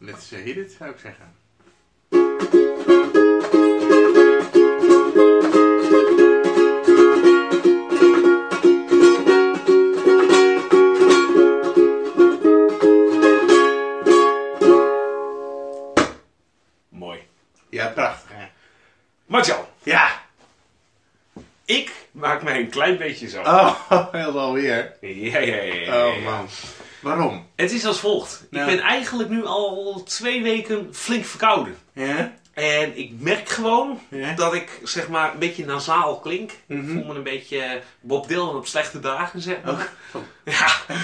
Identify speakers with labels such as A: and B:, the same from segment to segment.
A: Let's eh, hit it, zou ik zeggen.
B: Mooi.
A: Ja, prachtig. hè?
B: Marcel,
A: Ja.
B: ik maak mij een klein beetje zo.
A: Oh, heel alweer.
B: Ja, ja, ja, ja, ja.
A: Oh man. Waarom?
B: Het is als volgt.
A: Nou.
B: Ik ben eigenlijk nu al twee weken flink verkouden.
A: Ja?
B: En ik merk gewoon
A: Ja?
B: dat ik zeg maar een beetje nasaal klink.
A: Mhm.
B: Ik voel me een beetje eh, Bob Dylan op slechte dagen, zeg maar.
A: Oh.
B: Ja.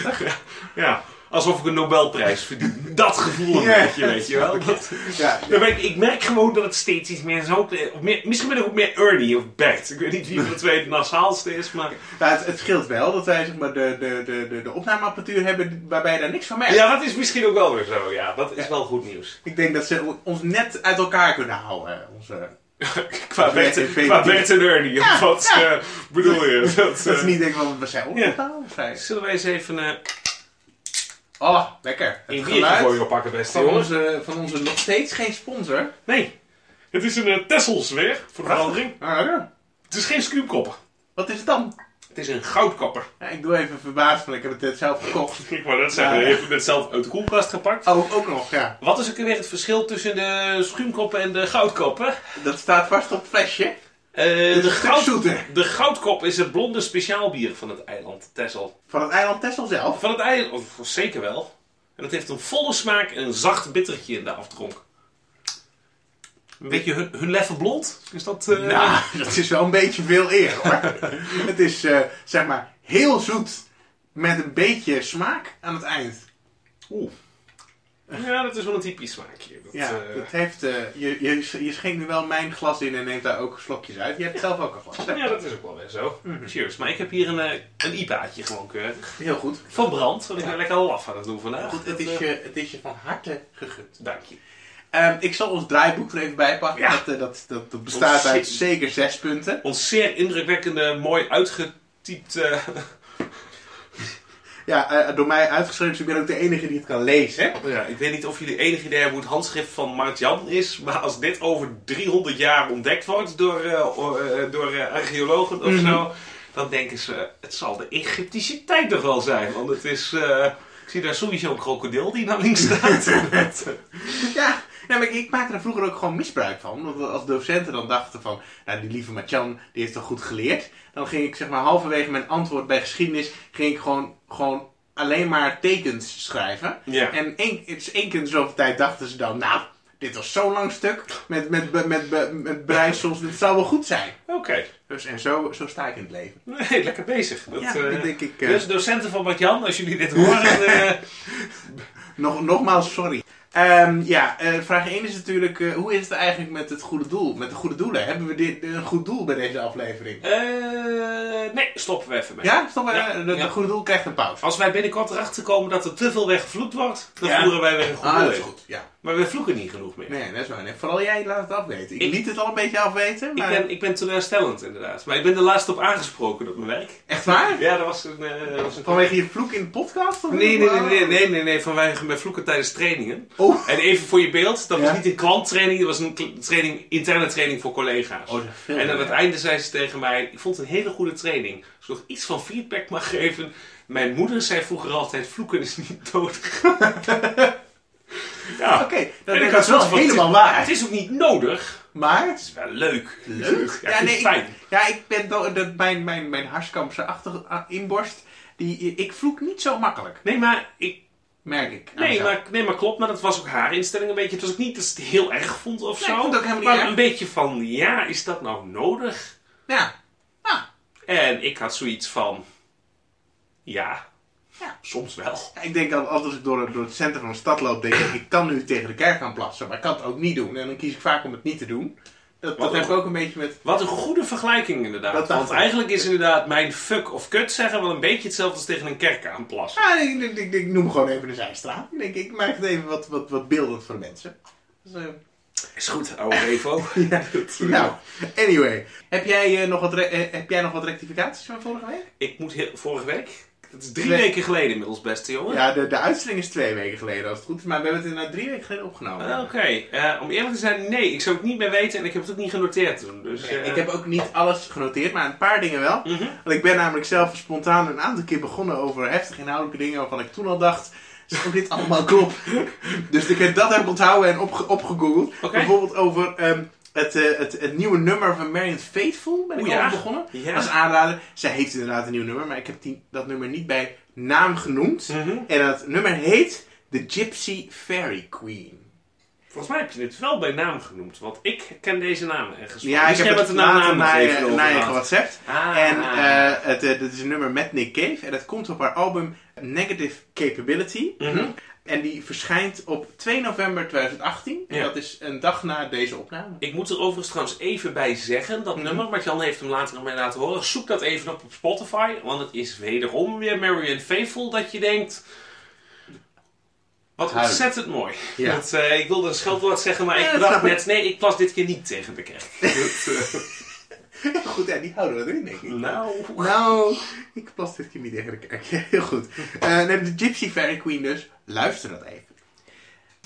B: ja, alsof ik een Nobelprijs verdien. Dat gevoel een
A: Ja.
B: beetje, weet je wel. Dat-
A: Ja.
B: Ja, maar ik, ik merk gewoon dat het steeds iets meer zo... eh, of meer- misschien ben ik ook meer Ernie of Bert. Ik weet niet wie van de twee het nasaalste is, maar...
A: Maar Nou, het, het scheelt wel dat wij zeg maar, de, de, de, de, de opnameapparatuur hebben waarbij je daar niks van merkt.
B: Ja, dat is misschien ook wel weer zo, ja. Dat is wel goed nieuws.
A: Ik denk dat ze ons net uit elkaar kunnen houden. Onze...
B: Qua
A: Dat is echt
B: Bert,
A: een
B: qua
A: ventiel.
B: Bert en Ernie, of wat
A: ja.
B: eh, bedoel je? Dat,
A: Dat is
B: eh,
A: niet denk ik wat we zijn opgegaan. of zijn.
B: Zullen wij eens even eh,
A: Oh, lekker. Het
B: een biertje voor
A: geluid
B: je oppakken, beste
A: van
B: jongens?
A: onze, van onze nog steeds geen sponsor.
B: Nee, het is een eh, Tessels weer, voor de verandering.
A: Ah, lekker.
B: Het is geen scuumkopper,
A: Wat is het dan?
B: het is een goudkopper.
A: Ja, ik doe even verbaasd, want ik heb het net zelf gekocht.
B: Ik wou net zeggen,
A: Ja.
B: je hebt het zelf uit de koelkast gepakt.
A: Oh, ook nog, ja.
B: Wat is ook weer het verschil tussen de schuimkoppen en de goudkoppen?
A: Dat staat vast op het flesje.
B: Eh,
A: is
B: de,
A: een stuk zoeter.
B: de goudkop is het blonde speciaalbier van het eiland Texel.
A: Van het eiland Texel zelf.
B: Van het eiland, of zeker wel. En het heeft een volle smaak en een zacht bittertje in de aftronk. Een beetje hun, hun leffe blond? Is dat... eh,
A: Nou, dat is wel een beetje veel eer hoor. het is eh, zeg maar heel zoet met een beetje smaak aan het eind.
B: Oeh. Ja, dat is wel een typisch smaakje. Dat,
A: Ja,
B: eh,
A: het heeft, eh, je, je, je schenkt nu wel mijn glas in en neemt daar ook slokjes uit. Je hebt zelf ook een glas. hè?
B: ja, dat is ook wel weer zo.
A: Mhm.
B: Cheers. Maar ik heb hier een, eh, een IPA'tje gewoon keurig.
A: Heel goed.
B: Verbrand, want ik ben lekker laf aan het doen vandaag.
A: goed het, is
B: Dat, eh,
A: je, het is je van harte gegund.
B: Dank je.
A: Ehm, ik zal ons draaiboek er even bij pakken.
B: Ja.
A: Dat, eh, dat, dat, dat bestaat uit
B: Ontzettend.
A: zeker zes punten.
B: Ons zeer indrukwekkende, mooi uitgetypt... eh,
A: Ja, eh, door mij uitgeschreven, dus ik ben ook de enige die het kan lezen. hè?
B: Oh Ja, ik weet niet of jullie enig idee hebben hoe het handschrift van Mart Jan is, maar als dit over 300 jaar ontdekt wordt door, eh, o- eh, door eh, archeologen of
A: Mhm.
B: zo, dan denken ze, het zal de Egyptische tijd nog wel zijn, want het is... eh, ik zie daar sowieso een krokodil die naar links staat.
A: Ja, nee, maar ik, ik maakte er vroeger ook gewoon misbruik van. Want als docenten dan dachten van, nou die lieve Machan, die heeft toch goed geleerd. Dan ging ik zeg maar halverwege mijn antwoord bij geschiedenis, ging ik gewoon, gewoon alleen maar tekens schrijven.
B: Ja.
A: En één, het is één keer in de zoveel tijd dachten ze dan, nou, dit was zo'n lang stuk met, met, met, met, met, breisels, dit zou wel goed zijn.
B: Oké,
A: Dus en zo, zo sta ik in het leven.
B: nee, lekker bezig. Dat,
A: ja,
B: eh,
A: dat denk ik. eh,
B: dus docenten van Mart Jan, als jullie dit horen, eh,
A: Nog, nogmaals, sorry. Ehm, ja, eh, vraag 1 is natuurlijk, eh, hoe is het eigenlijk met het goede doel? Met de goede doelen? Hebben we dit, een goed doel bij deze aflevering?
B: eh, nee, stoppen we even mee.
A: Ja, stop maar.
B: Ja,
A: eh, dat
B: ja.
A: Het goede doel krijgt een pauze.
B: Als wij binnenkort erachter komen dat er te veel weggevloekt wordt, dan
A: Ja.
B: voeren wij weer een goed
A: Ah,
B: doel
A: dat is
B: in.
A: goed. Ja.
B: Maar we vloeken niet genoeg meer.
A: Nee, dat is waar. Nee, Vooral jij laat het afweten. Ik,
B: Ik-
A: liet het al een beetje afweten,
B: Ik
A: maar...
B: ben, ik ben teleurstellend inderdaad. Maar ik ben er laatst op aangesproken op mijn werk.
A: Echt waar?
B: Ja, dat was een... eh, dat was een...
A: Vanwege je vloek in de podcast? of
B: Nee,
A: niet?
B: nee, nee, nee, nee, nee, nee, vanwege mijn vloeken tijdens trainingen.
A: Oh,
B: En even voor je beeld, dat was
A: Ja.
B: niet een klanttraining, dat was een kl- training, interne training voor collega's.
A: Oh, dat is veel,
B: en aan
A: ja.
B: het einde zei ze tegen mij, ik vond het een hele goede training. Als ik nog iets van feedback mag geven, mijn moeder zei vroeger altijd, vloeken is niet dood. ja,
A: oké. Dat
B: En
A: is dat
B: ik had
A: wel
B: zoiets van,
A: helemaal
B: het
A: waar.
B: is ook niet nodig,
A: Maar...
B: het is wel leuk.
A: Leuk?
B: Ja, nee, fijn.
A: ik, ja, ik ben wel- dat mijn, mijn, mijn harskampse achter, a- inborst, die, ik vloek niet zo makkelijk,
B: Nee, maar ik,
A: merk ik. aan
B: Nee
A: mezelf.
B: maar, nee, maar klopt, maar dat was ook haar instelling een beetje. Het was ook niet dat ze het heel erg vond of
A: Nee,
B: zo.
A: ik vond het ook helemaal
B: maar
A: niet erg.
B: een beetje van, ja, is dat nou nodig?
A: Ja. Ah, Ja.
B: En ik had zoiets van, ja,
A: Ja.
B: soms wel.
A: Ik denk dat als ik door, door het centrum van de stad loop, denk ik, ik kan nu tegen de kerk gaan plassen, maar ik kan het ook niet doen. En dan kies ik vaak om het niet te doen. Dat, dat
B: Wat
A: heb ik
B: ook.
A: ook een beetje met...
B: Wat een goede vergelijking inderdaad.
A: Dat dacht
B: Want
A: ik.
B: eigenlijk is inderdaad mijn fuck of kut zeggen wel een beetje hetzelfde als tegen een kerk aanplassen.
A: Ja, Ah, ik, ik, ik, ik noem gewoon even de zijstraat. Ik denk, ik maak het even wat, wat, wat beeldend voor de mensen. Dus, eh,
B: Is goed, oude Revo.
A: ja. Nou, eh, anyway. Heb jij, eh, nog wat re- eh, heb jij nog wat rectificaties van vorige week?
B: Ik moet heel, vorige week, Het is drie
A: Twee-
B: weken geleden inmiddels, beste jongen.
A: Ja, de, de uitzending is twee weken geleden als het goed is, maar we hebben het inderdaad drie weken geleden opgenomen.
B: Ah, Oké, Eh, om eerlijk te zijn, nee, ik zou het niet meer weten en ik heb het ook niet genoteerd toen. Dus, eh,
A: Ik heb ook niet alles genoteerd, maar een paar dingen wel.
B: mhm.
A: Want ik ben namelijk zelf spontaan een aantal keer begonnen over heftige inhoudelijke dingen waarvan ik toen al dacht. Zou dit allemaal klopt? dus ik heb dat heb onthouden en opge opgegoogeld.
B: Oké.
A: Bijvoorbeeld over ehm, het, eh, het, het nieuwe nummer van Marion Faithful ben ik
B: O, ja.
A: over begonnen.
B: Ja.
A: Als aanrader. Zij heeft inderdaad een nieuw nummer, maar ik heb die, dat nummer niet bij naam genoemd.
B: Mhm.
A: En dat nummer heet The Gypsy Fairy Queen.
B: Volgens mij heb je dit wel bij naam genoemd, want ik ken deze naam ergens. van.
A: Ja, ik
B: Misschien
A: heb het
B: hebben we het
A: later naar
B: naam
A: je,
B: gegeven
A: naar je
B: inderdaad.
A: gewhatsappt.
B: Ah.
A: En eh, het, eh, dit is een nummer met Nick Cave. En dat komt op haar album Negative Capability.
B: Mhm.
A: En die verschijnt op 2 november 2018. En
B: Ja.
A: dat is een dag na deze opname.
B: Ik moet er overigens trouwens even bij zeggen, dat
A: Mhm.
B: nummer, want Jan heeft hem later nog mij laten horen. Zoek dat even op op Spotify, want het is wederom weer Marion Faithful dat je denkt... Wat
A: Huilen.
B: ontzettend mooi.
A: Ja.
B: Dat, eh, ik wilde een scheldwoord zeggen, maar
A: Ja,
B: ik
A: dat
B: dacht
A: snap ik.
B: net, nee, ik plas dit keer niet tegen de kerk. Dat, eh,
A: Goed, ja, die houden we erin, denk ik.
B: nou...
A: Nou, ik plas dit keer niet tegen de kerk. Heel goed. Eh, nee, de Gypsy Fairy Queen dus. Luister dat even.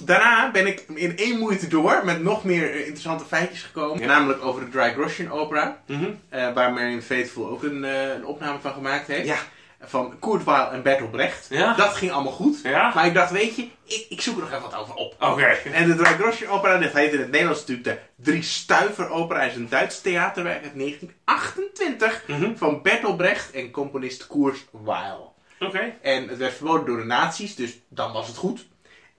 A: Daarna ben ik in één moeite door met nog meer eh, interessante feitjes gekomen.
B: Ja.
A: Namelijk over de Dry Russian Opera.
B: Mhm.
A: Eh, waar Marion Faithful ook een, eh, een opname van gemaakt heeft.
B: Ja.
A: Van Kurt Weill en Bertolt Brecht.
B: Ja.
A: Dat ging allemaal goed.
B: Ja?
A: Maar ik dacht, weet je, ik, ik zoek er nog even wat over op.
B: Oké.
A: En de Dreigrosje opera, dat heet in het Nederlands natuurlijk de Drie Stuiver opera, is een Duits theaterwerk uit 1928
B: Mhm.
A: van Bertolt Brecht en componist Kurt Weill.
B: Oké.
A: En het werd verboden door de nazi's, dus dan was het goed.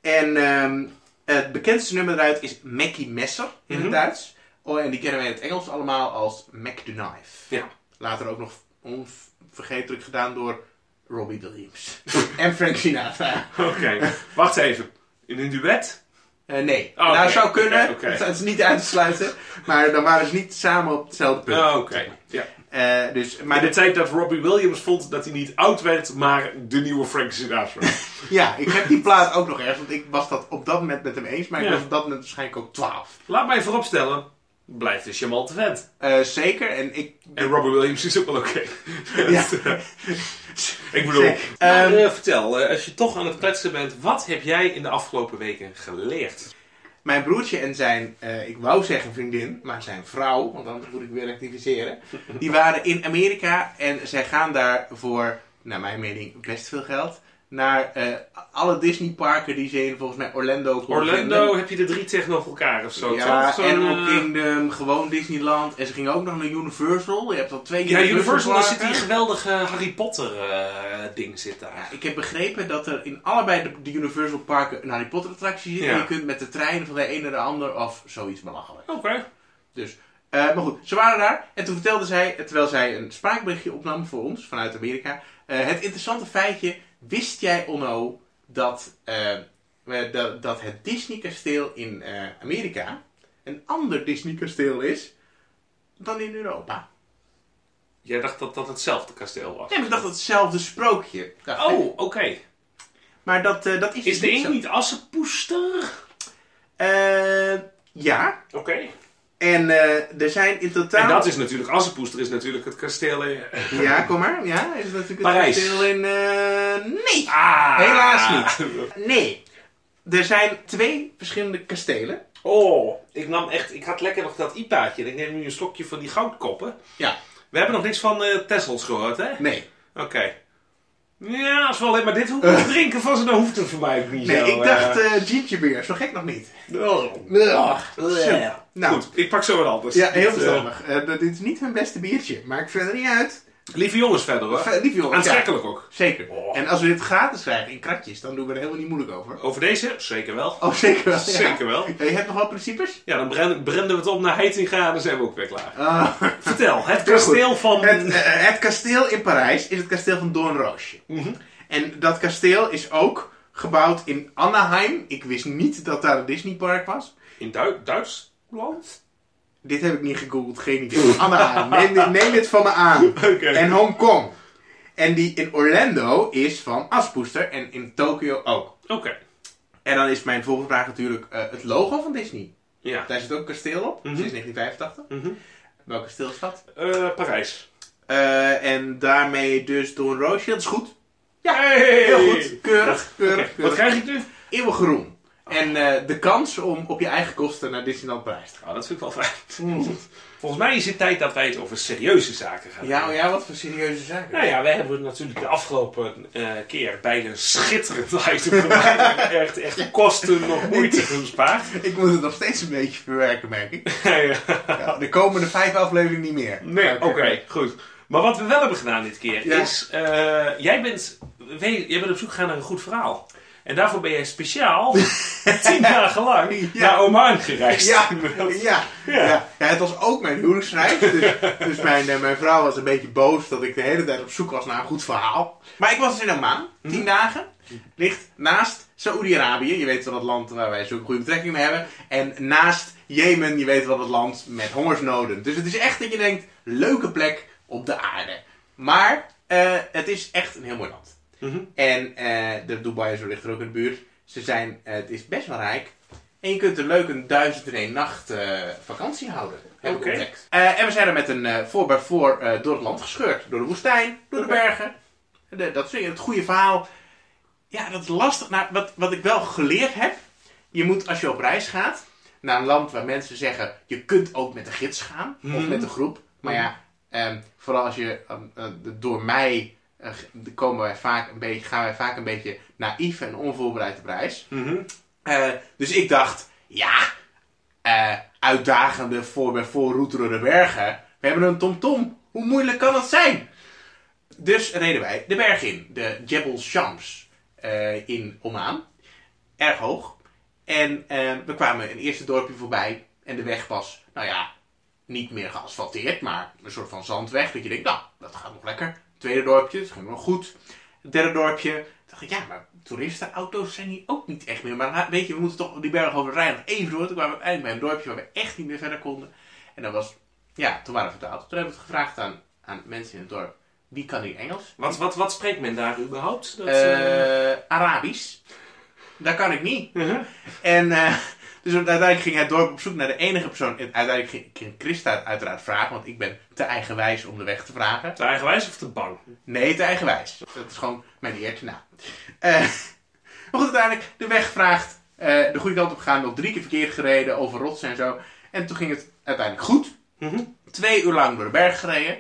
A: En ehm, het bekendste nummer eruit is Mackie Messer in
B: Mhm.
A: het Duits. Oh, en die kennen wij in het Engels allemaal als Mac the Knife.
B: Ja.
A: Later ook nog onvergetelijk gedaan door Robbie Williams. en Frank Sinatra.
B: Oké. Wacht even. In een duet?
A: Eh, nee,
B: Oh,
A: nou
B: oké.
A: zou kunnen.
B: Oké, oké.
A: Het, het is niet uit te sluiten. Maar dan waren ze niet samen op hetzelfde punt.
B: Oké. Ja.
A: Eh, dus, maar
B: Maar de
A: dit-
B: tijd dat Robbie Williams vond dat hij niet oud werd, maar de nieuwe Frank Sinatra.
A: ja, ik heb die plaat ook nog ergens. Want ik was dat op dat moment met hem eens. Maar ik
B: Ja.
A: was op dat moment waarschijnlijk ook 12.
B: Laat mij vooropstellen, blijft een charmante vent.
A: Eh, zeker. En ik.
B: En Robbie Williams is ook wel oké. eh,
A: Ja.
B: ik bedoel...
A: Zeker.
B: Maar,
A: Ehm,
B: eh, vertel, eh, als je toch aan het kletsen bent, wat heb jij in de afgelopen weken geleerd?
A: Mijn broertje en zijn, eh, ik wou zeggen vriendin, maar zijn vrouw, want dan moet ik weer rectificeren. Die waren in Amerika en zij gaan daar voor, naar mijn mening, best veel geld. Naar eh, alle Disney-parken die ze in volgens mij Orlando konden
B: Orlando, heb je de drie tegenover elkaar of zo?
A: vinden. Ja,
B: toch? Zo'n,
A: Animal
B: eh,
A: Kingdom, gewoon Disneyland. En ze gingen ook nog naar Universal. Je hebt al twee
B: Ja, Universal, daar zit
A: parken.
B: die geweldige Harry Potter eh, ding zit daar.
A: Ja, ik heb begrepen dat er in allebei de, de Universal parken een Harry Potter attractie zit.
B: Ja.
A: En je kunt met de trein van de ene naar de ander of zoiets belachelijk.
B: Oké.
A: Eh, maar goed, ze waren daar en toen vertelde zij, terwijl zij een spraakberichtje opnam voor ons vanuit Amerika, eh, het interessante feitje: wist jij, Onno, dat, eh, eh, dat, dat het Disney-kasteel in eh, Amerika een ander Disney-kasteel is dan in Europa?
B: Jij dacht dat dat hetzelfde kasteel was?
A: Ja, maar ik dacht dat hetzelfde sprookje. dacht ik.
B: Oh, oké.
A: Maar dat, eh, dat is, dus
B: Is de
A: niet
B: een
A: zo.
B: niet Assenpoester?
A: Eh, ja.
B: Oké.
A: En eh, er zijn in totaal.
B: En dat is natuurlijk, Assenpoester is natuurlijk het kasteel eh, in...
A: Ja, kom maar. Ja, is dat natuurlijk
B: Parijs.
A: het verschil in. eh, nee!
B: Ah!
A: Helaas Nee! Er zijn twee verschillende kastelen.
B: Oh, ik nam echt, ik had lekker nog dat IPA'tje. en Ik neem nu een slokje van die goudkoppen.
A: Ja.
B: We hebben nog niks van eh Tessels gehoord, hè? Oké.
A: Nee.
B: Ja, als we alleen maar dit hoeven te drinken van ze, dan hoeft het voor mij ook niet
A: Nee,
B: zo,
A: ik
B: eh.
A: dacht eh gingerbeer. Zo gek nog niet.
B: Oh.
A: Zo. Nou.
B: Goed, ik pak zo wat anders.
A: Ja, heel
B: Dit, eh,
A: verstandig. Eh, dat- dit is niet hun beste biertje, maar ik vind het niet uit.
B: Lieve jongens verder, hoor.
A: Lief jongens, ja.
B: Aantrekkelijk ook.
A: Zeker.
B: Oh.
A: En als we dit gratis krijgen in kratjes, dan doen we er helemaal niet moeilijk over.
B: Over deze? Zeker wel.
A: Oh, zeker wel. ja.
B: Zeker wel.
A: Eh, Je hebt nog wel principes?
B: Ja, dan branden, branden we het op naar 18 graden, zijn we ook weer klaar.
A: Ah.
B: Vertel, het kasteel van...
A: Het, eh, het kasteel in Parijs is het kasteel van Doornroosje.
B: Mhm.
A: En dat kasteel is ook gebouwd in Anaheim. Ik wist niet dat daar een Disneypark was.
B: In Du- Duitsland?
A: Dit heb ik niet gegoogeld, geen idee. Anaheim, neem, dit- neem dit van me aan. En Hongkong. En die in Orlando is van Aspoester en in Tokio ook.
B: Oké.
A: En dan is mijn volgende vraag natuurlijk eh, het logo van Disney.
B: Ja.
A: Daar zit ook een kasteel op,
B: Mhm.
A: sinds 1985.
B: Mhm.
A: Welk kasteel is dat?
B: Eh, Parijs.
A: Eh, en daarmee dus door een roosje, dat is goed. Ja,
B: Hey!
A: heel goed. Keurig, keurig,
B: Wat
A: keurig.
B: krijg ik nu?
A: Eeuwig roem. En eh, de kans om op je eigen kosten naar Disneyland Parijs te
B: Nou, dat vind ik wel fijn.
A: Hmm.
B: Volgens mij is het tijd dat wij het over serieuze zaken gaan
A: gaan. Ja,
B: hebben.
A: oh ja, wat voor serieuze zaken.
B: Nou ja, wij hebben het natuurlijk de afgelopen eh, keer bij een schitterend item gemaakt. echt, echt kosten nog moeite gespaard.
A: Ik moet het nog steeds een beetje verwerken, merk ik.
B: Ja.
A: Ja, de komende vijf afleveringen niet meer.
B: Nee, oké,
A: Oké.
B: goed. Maar wat we wel hebben gedaan dit keer
A: Ja.
B: is, eh, jij, bent, we- jij bent op zoek gegaan naar een goed verhaal. En daarvoor ben jij speciaal tien dagen lang
A: Ja.
B: naar Oman gereisd.
A: Ja, ja, ja. Ja, het was ook mijn huwelijksreis. Dus, dus mijn, eh, mijn vrouw was een beetje boos dat ik de hele tijd op zoek was naar een goed verhaal. Maar ik was dus in Amman, tien dagen. Ligt naast Saoedi-Arabië, je weet wel dat land waar wij zo'n goede betrekking mee hebben. En naast Jemen, je weet wel dat land met hongersnoden. Dus het is echt dat je denkt, leuke plek op de aarde. Maar eh, het is echt een heel mooi land.
B: Mhm.
A: En eh, de Dubai zo ligt er ook in de buurt. Ze zijn, eh, het is best wel rijk. En je kunt er leuk een duizend en één nacht eh, vakantie houden. Heb ik
B: Oké.
A: ontdekt. Eh, en we zijn er met een eh 4x4 eh, door het land gescheurd. Door de woestijn, door de
B: Oké.
A: bergen. De- dat is het goede verhaal. Ja, dat is lastig. Nou, wat, wat ik wel geleerd heb. Je moet als je op reis gaat naar een land waar mensen zeggen... Je kunt ook met de gids gaan. Of
B: Mhm.
A: met de groep. Maar ja, ehm, vooral als je... ehm, eh, door mij eh, g- komen wij vaak een beetje, gaan wij vaak een beetje naïef en onvoorbereid op reis.
B: Mhm.
A: Eh, dus ik dacht, ja, eh, uitdagende voor bij voor route door de bergen. We hebben een tomtom. Hoe moeilijk kan dat zijn? Dus reden wij de berg in, de Jebel Shams eh, in Oman. Erg hoog. En eh, we kwamen een eerste dorpje voorbij en de weg was, nou ja, niet meer geasfalteerd, maar een soort van zandweg. Dat je denkt, nou, dat gaat nog lekker. Tweede dorpje, dat ging nog goed. Derde dorpje, dacht ik, ja, maar toeristenauto's zijn hier ook niet echt meer. Maar ha- weet je, we moeten toch die berg over de Rijn nog even door. Toen kwamen we uiteindelijk bij een dorpje waar we echt niet meer verder konden. En dat was, ja, toen waren we vertaald. Toen hebben we het gevraagd aan, aan mensen in het dorp, wie kan hier Engels?
B: Wat, wat, wat spreekt men daar überhaupt? Dat, eh,
A: Eh, Arabisch. Dat kan ik niet.
B: mhm.
A: En eh, dus uiteindelijk ging het dorp op zoek naar de enige persoon. En uiteindelijk ging- ging Christa uiteraard vragen, want ik ben te eigenwijs om de weg te vragen.
B: Te eigenwijs of te bang?
A: Nee, te eigenwijs. Dat is gewoon mijn eer te na. Eh, maar goed, uiteindelijk de weg vraagt, eh, de goede kant op gaan, nog drie keer verkeerd gereden, over rotsen en zo. En toen ging het uiteindelijk goed.
B: Mhm.
A: Twee uur lang door de berg gereden.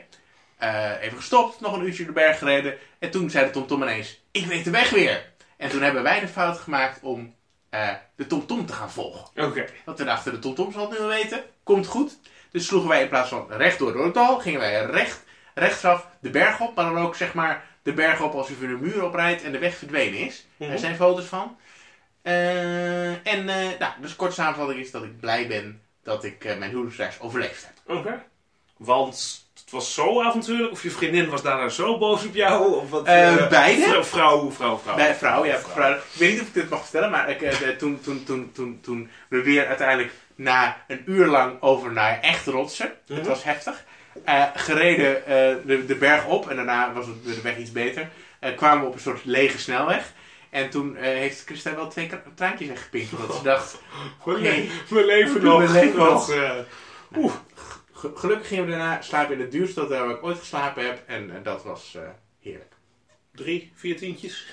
A: Eh, even gestopt, nog een uurtje door de berg gereden. En toen zei de TomTom ineens, ik weet de weg weer. En toen hebben wij de fout gemaakt om eh, de TomTom te gaan volgen.
B: Oké.
A: Want we dachten, de TomTom zal het nu wel weten. Komt goed. Dus sloegen wij in plaats van rechtdoor door het dal, gingen wij recht, rechtsaf de berg op. Maar dan ook zeg maar de berg op als u voor de muur oprijdt en de weg verdwenen is.
B: Mhm.
A: Er zijn foto's van. Eh, en eh, nou, dus kort samenvatting is dat ik blij ben dat ik eh, mijn huwelijksreis overleefd heb.
B: Oké. Want het was zo avontuurlijk? Of je vriendin was daarna zo boos op jou? Of wat,
A: Eh,
B: eh,
A: beide.
B: Vrouw, vrouw, vrouw. vrouw.
A: Bij vrouw, ja. Vrouw. Ik weet niet of ik dit mag vertellen, maar ik, eh, de- toen, toen, toen, toen, toen we weer uiteindelijk na een uur lang over naar echt rotsen, het
B: Mhm.
A: was heftig, eh, gereden eh, de, de berg op en daarna was het, de weg iets beter, eh, kwamen we op een soort lege snelweg. En toen eh, heeft Christa wel twee kra- traantjes weggepinkt, omdat ze dacht,
B: Mijn,
A: Nee.
B: le- mijn leven nog.
A: Mijn leven
B: Dat,
A: nog.
B: eh,
A: ge- gelukkig gingen we daarna slapen in het duurste hotel waar ik ooit geslapen heb en eh, dat was eh, heerlijk.
B: drie, vier tientjes.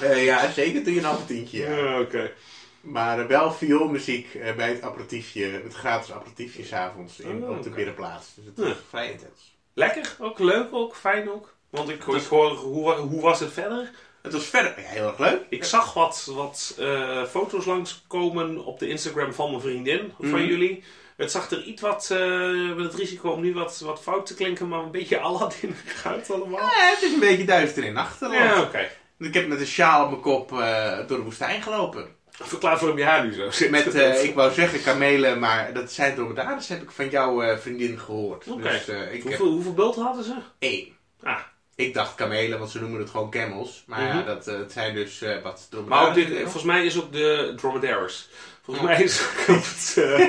A: Eh, ja, zeker toen je een appetientje
B: Ja, Oké.
A: Maar eh, wel vioolmuziek eh, bij het aperitiefje, het gratis aperitiefje s'avonds in
B: Oh,
A: op de
B: oké.
A: binnenplaats. Dus het was
B: Ja.
A: vrij intens.
B: Lekker ook, leuk ook, fijn ook. Want ik, ik hoor, hoe, wa- hoe was het verder?
A: Het was verder ja, heel erg leuk.
B: Ik zag wat, wat eh, foto's langskomen op de Instagram van mijn vriendin, van
A: Mhm.
B: jullie. Het zag er iets wat, eh, met het risico om nu wat, wat fout te klinken, maar een beetje Aladdin uit allemaal.
A: Eh, het is een beetje duister in nachten.
B: Ja, oké.
A: Ik heb met een sjaal op mijn kop eh, door de woestijn gelopen.
B: Verklaar voor hem je haar nu zo zit.
A: Met, eh, ik wou zeggen kamelen, maar dat zijn dromedaris, heb ik van jouw eh, vriendin gehoord.
B: Oké.
A: Dus eh, ik heb
B: hoeveel, hoeveel bulten hadden ze?
A: één.
B: Ah,
A: Ik dacht kamelen, want ze noemen het gewoon camels. Maar ja,
B: Mhm.
A: dat eh, het zijn dus eh, wat dromedaris.
B: maar ook dit, volgens mij is ook de dromedaires. Volgens mij is ook het, eh,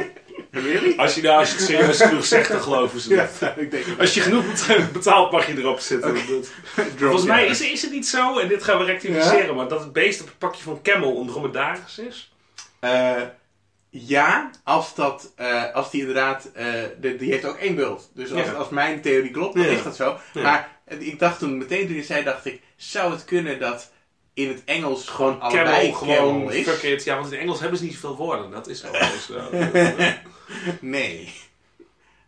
A: Really?
B: als, je, nou, als je het serieus genoeg zegt, dan geloven ze
A: Ja,
B: het.
A: ik denk het.
B: Als je genoeg beta- betaalt, mag je erop zitten. Dat- Volgens mij is, is het niet zo, en dit gaan we rectificeren, maar dat het beest op het pakje van Camel een dromedaris is.
A: Eh, ja, als, dat, eh, als die inderdaad. eh, de, die heeft ook één bult. Dus als,
B: Ja.
A: als mijn theorie klopt, dan
B: Ja.
A: is dat zo.
B: Ja.
A: Maar eh, ik dacht toen meteen toen je zei, dacht ik. zou het kunnen dat in het Engels gewoon allebei
B: Camel,
A: camel
B: gewoon,
A: is?
B: fuck it. Ja, want in Engels hebben ze niet veel woorden. Dat is gewoon zo.
A: Nee.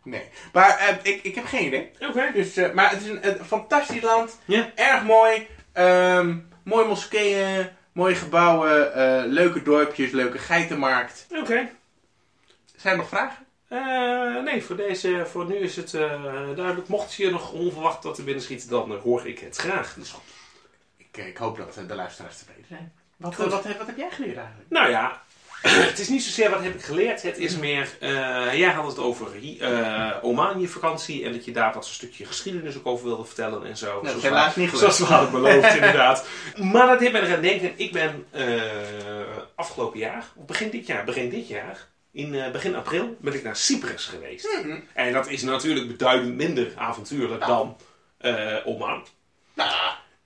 A: Nee. Maar eh, ik, ik heb geen idee.
B: Oké.
A: Dus, eh, maar het is een, een fantastisch land.
B: Ja.
A: Erg mooi. Ehm, mooie moskeeën, mooie gebouwen, eh, leuke dorpjes, leuke geitenmarkt.
B: Oké.
A: Zijn er nog vragen?
B: Eh, nee, voor, deze, voor nu is het eh, duidelijk. Mocht je nog onverwacht dat er binnen schiet, dan eh, hoor ik het graag. Dus-
A: Ik, ik hoop dat eh, de luisteraars tevreden zijn. Wat,
B: Goed.
A: eh, wat, heb- wat heb jij geleerd eigenlijk?
B: Nou ja, het is niet zozeer wat heb ik geleerd. Het is meer, eh, jij had het over eh, Oman, je vakantie. En dat je daar wat een stukje geschiedenis ook over wilde vertellen en zo.
A: Nou,
B: Zoals we-
A: helaas niet gelukt.
B: Zoals we hadden beloofd, inderdaad. Maar dat deed mij eraan denken. Ik ben eh, afgelopen jaar, of begin dit jaar, begin dit jaar... In eh, begin april ben ik naar Cyprus geweest.
A: Mhm.
B: En dat is natuurlijk beduidend minder avontuurlijk
A: Nou.
B: dan eh, Oman.
A: Nou,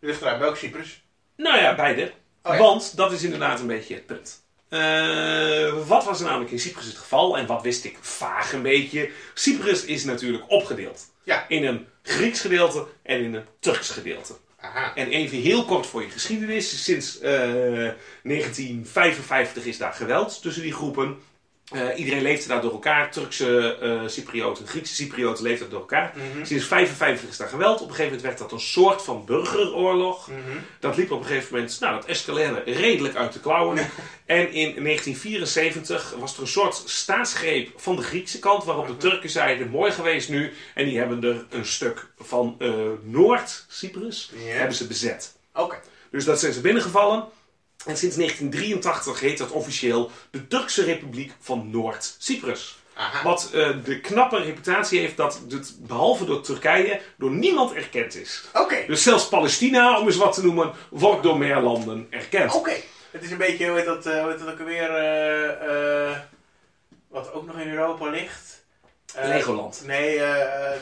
A: ligt eraan welk Cyprus.
B: Nou ja, beide.
A: Oh ja.
B: Want dat is inderdaad een beetje het punt. Eh, wat was er namelijk in Cyprus het geval en wat wist ik vaag een beetje? Cyprus is natuurlijk opgedeeld
A: Ja.
B: in een Grieks gedeelte en in een Turks gedeelte.
A: Aha.
B: En even heel kort voor je geschiedenis. Sinds eh, 1955 is daar geweld tussen die groepen. Eh, iedereen leefde daar door elkaar. Turkse eh, Cyprioten, Griekse Cyprioten leefden door elkaar.
A: Mhm,
B: Sinds 1955 is daar geweld. Op een gegeven moment werd dat een soort van burgeroorlog.
A: Mhm.
B: Dat liep op een gegeven moment, nou dat escaleerde redelijk uit de klauwen. En in 1974 was er een soort staatsgreep van de Griekse kant, waarop de Turken zeiden, mooi geweest nu. En die hebben er een stuk van eh, Noord-Cyprus,
A: Ja.
B: hebben ze bezet.
A: Oké.
B: Dus dat zijn ze binnengevallen. En sinds 1983 heet dat officieel de Turkse Republiek van Noord-Cyprus.
A: Aha.
B: Wat eh, de knappe reputatie heeft dat het, behalve door Turkije, door niemand erkend is.
A: Oké.
B: Dus zelfs Palestina, om eens wat te noemen, wordt door meer landen erkend.
A: Oké. Het is een beetje, hoe heet dat, eh, hoe heet dat ook alweer, eh, eh, wat ook nog in Europa ligt? Eh,
B: Legoland.
A: Nee, eh, eh,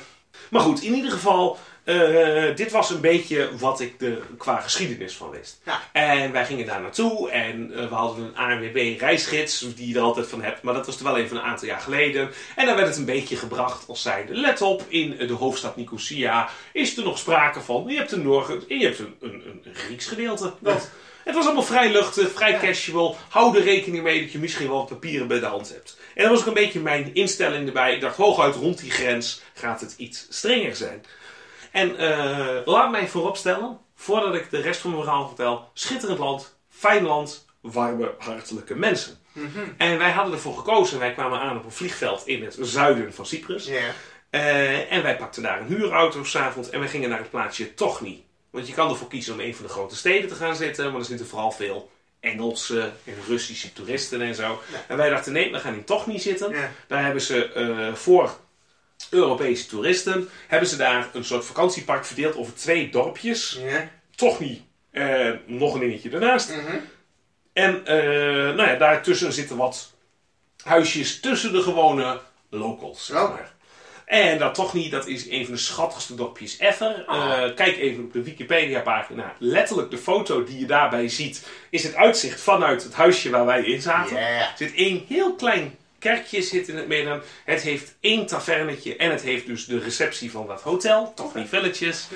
B: Maar goed, in ieder geval, eh, dit was een beetje wat ik er qua geschiedenis van wist.
A: Ja.
B: En wij gingen daar naartoe en eh, we hadden een ANWB-reisgids, die je er altijd van hebt. Maar dat was er wel even een aantal jaar geleden. En daar werd het een beetje gebracht als zijnde, let op, in de hoofdstad Nicosia is er nog sprake van, je hebt een, Noor- en je hebt een, een, een Grieks gedeelte. Dat, het was allemaal vrij luchtig, vrij casual. Hou er rekening mee dat je misschien wel wat papieren bij de hand hebt. En dat was ook een beetje mijn instelling erbij. Ik dacht, hooguit rond die grens gaat het iets strenger zijn. En eh, laat mij vooropstellen, voordat ik de rest van mijn verhaal vertel, schitterend land, fijn land, warme, hartelijke mensen.
A: mhm,
B: En wij hadden ervoor gekozen, wij kwamen aan op een vliegveld in het zuiden van Cyprus.
A: ja.
B: Eh, en wij pakten daar een huurauto s'avonds en we gingen naar het plaatsje Tochni. Want je kan ervoor kiezen om in een van de grote steden te gaan zitten, maar er zitten vooral veel Engelse en Russische toeristen en zo. En wij dachten, nee, we gaan in Tochni zitten.
A: Ja.
B: Daar hebben ze eh, voor Europese toeristen, hebben ze daar een soort vakantiepark verdeeld over twee dorpjes.
A: Ja.
B: Tochni en nog een dingetje daarnaast.
A: Mhm.
B: En eh, nou ja, daartussen zitten wat huisjes tussen de gewone locals. Zeg
A: Oh.
B: maar. En dat toch niet, dat is een van de schattigste dorpjes ever.
A: Ah.
B: Eh, kijk even op de Wikipedia-pagina. Letterlijk de foto die je daarbij ziet, is het uitzicht vanuit het huisje waar wij in zaten.
A: Ja.
B: Er zit één heel klein kerkje zit in het midden. Het heeft één tavernetje en het heeft dus de receptie van dat hotel. Toch niet velletjes.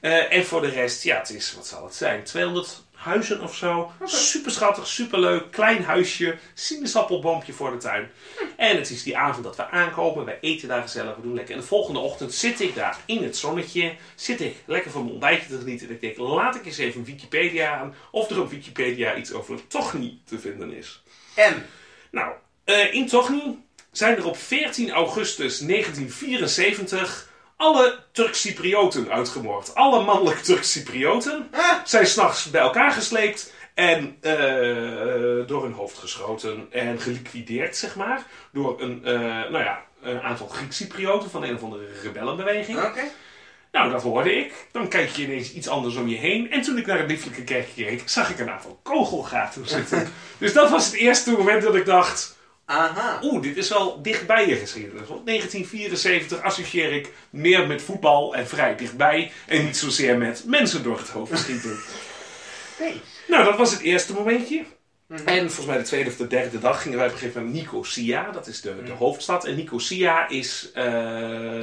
B: Eh, en voor de rest, ja, het is, wat zal het zijn, 200 huizen of zo. Super schattig, super leuk. Klein huisje, sinaasappelboompje voor de tuin. En het is die avond dat we aankomen. Wij eten daar gezellig, we doen lekker. En de volgende ochtend zit ik daar in het zonnetje. Zit ik lekker van mijn ontbijtje te genieten. En ik denk, laat ik eens even Wikipedia aan. Of er op Wikipedia iets over toch niet te vinden is.
A: En?
B: Nou, eh in Tochni zijn er op 14 augustus 1974 alle Turk-Cyprioten uitgemoord. Alle mannelijke Turk-Cyprioten
A: Ah.
B: zijn s'nachts bij elkaar gesleept en eh, door hun hoofd geschoten en geliquideerd, zeg maar. Door een, eh, nou ja, een aantal Griek-Cyprioten van een of andere rebellenbeweging.
A: Oké.
B: Nou, dat hoorde ik. Dan kijk je ineens iets anders om je heen. En toen ik naar het lieflijke kerkje keek, zag ik een aantal kogelgaten zitten. dus dat was het eerste moment dat ik dacht...
A: Aha.
B: Oeh, dit is wel dichtbij je geschiedenis. Want 1974 associeer ik meer met voetbal en vrij dichtbij. En niet zozeer met mensen door het hoofd schieten.
A: Nee.
B: nou, dat was het eerste momentje.
A: Mhm.
B: En volgens mij de tweede of de derde dag gingen wij op een gegeven moment naar Nicosia. Dat is de,
A: Mhm.
B: de hoofdstad. En Nicosia is eh,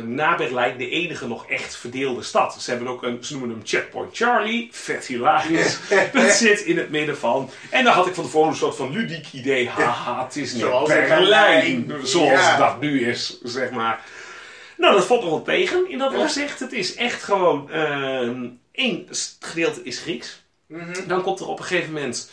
B: na Berlijn de enige nog echt verdeelde stad. Ze hebben ook een, ze noemen hem Checkpoint Charlie. Vet hilarisch. Dat zit in het midden van. En dan had ik van tevoren een soort van ludiek idee. Haha, het is niet
A: Zoals in
B: Berlijn.
A: Berlijn.
B: Zoals
A: Ja.
B: dat nu is, zeg maar. Nou, dat valt nog wel tegen in dat
A: Ja.
B: opzicht. Het is echt gewoon... ehm één s- gedeelte is Grieks.
A: Mhm,
B: Dan komt er op een gegeven moment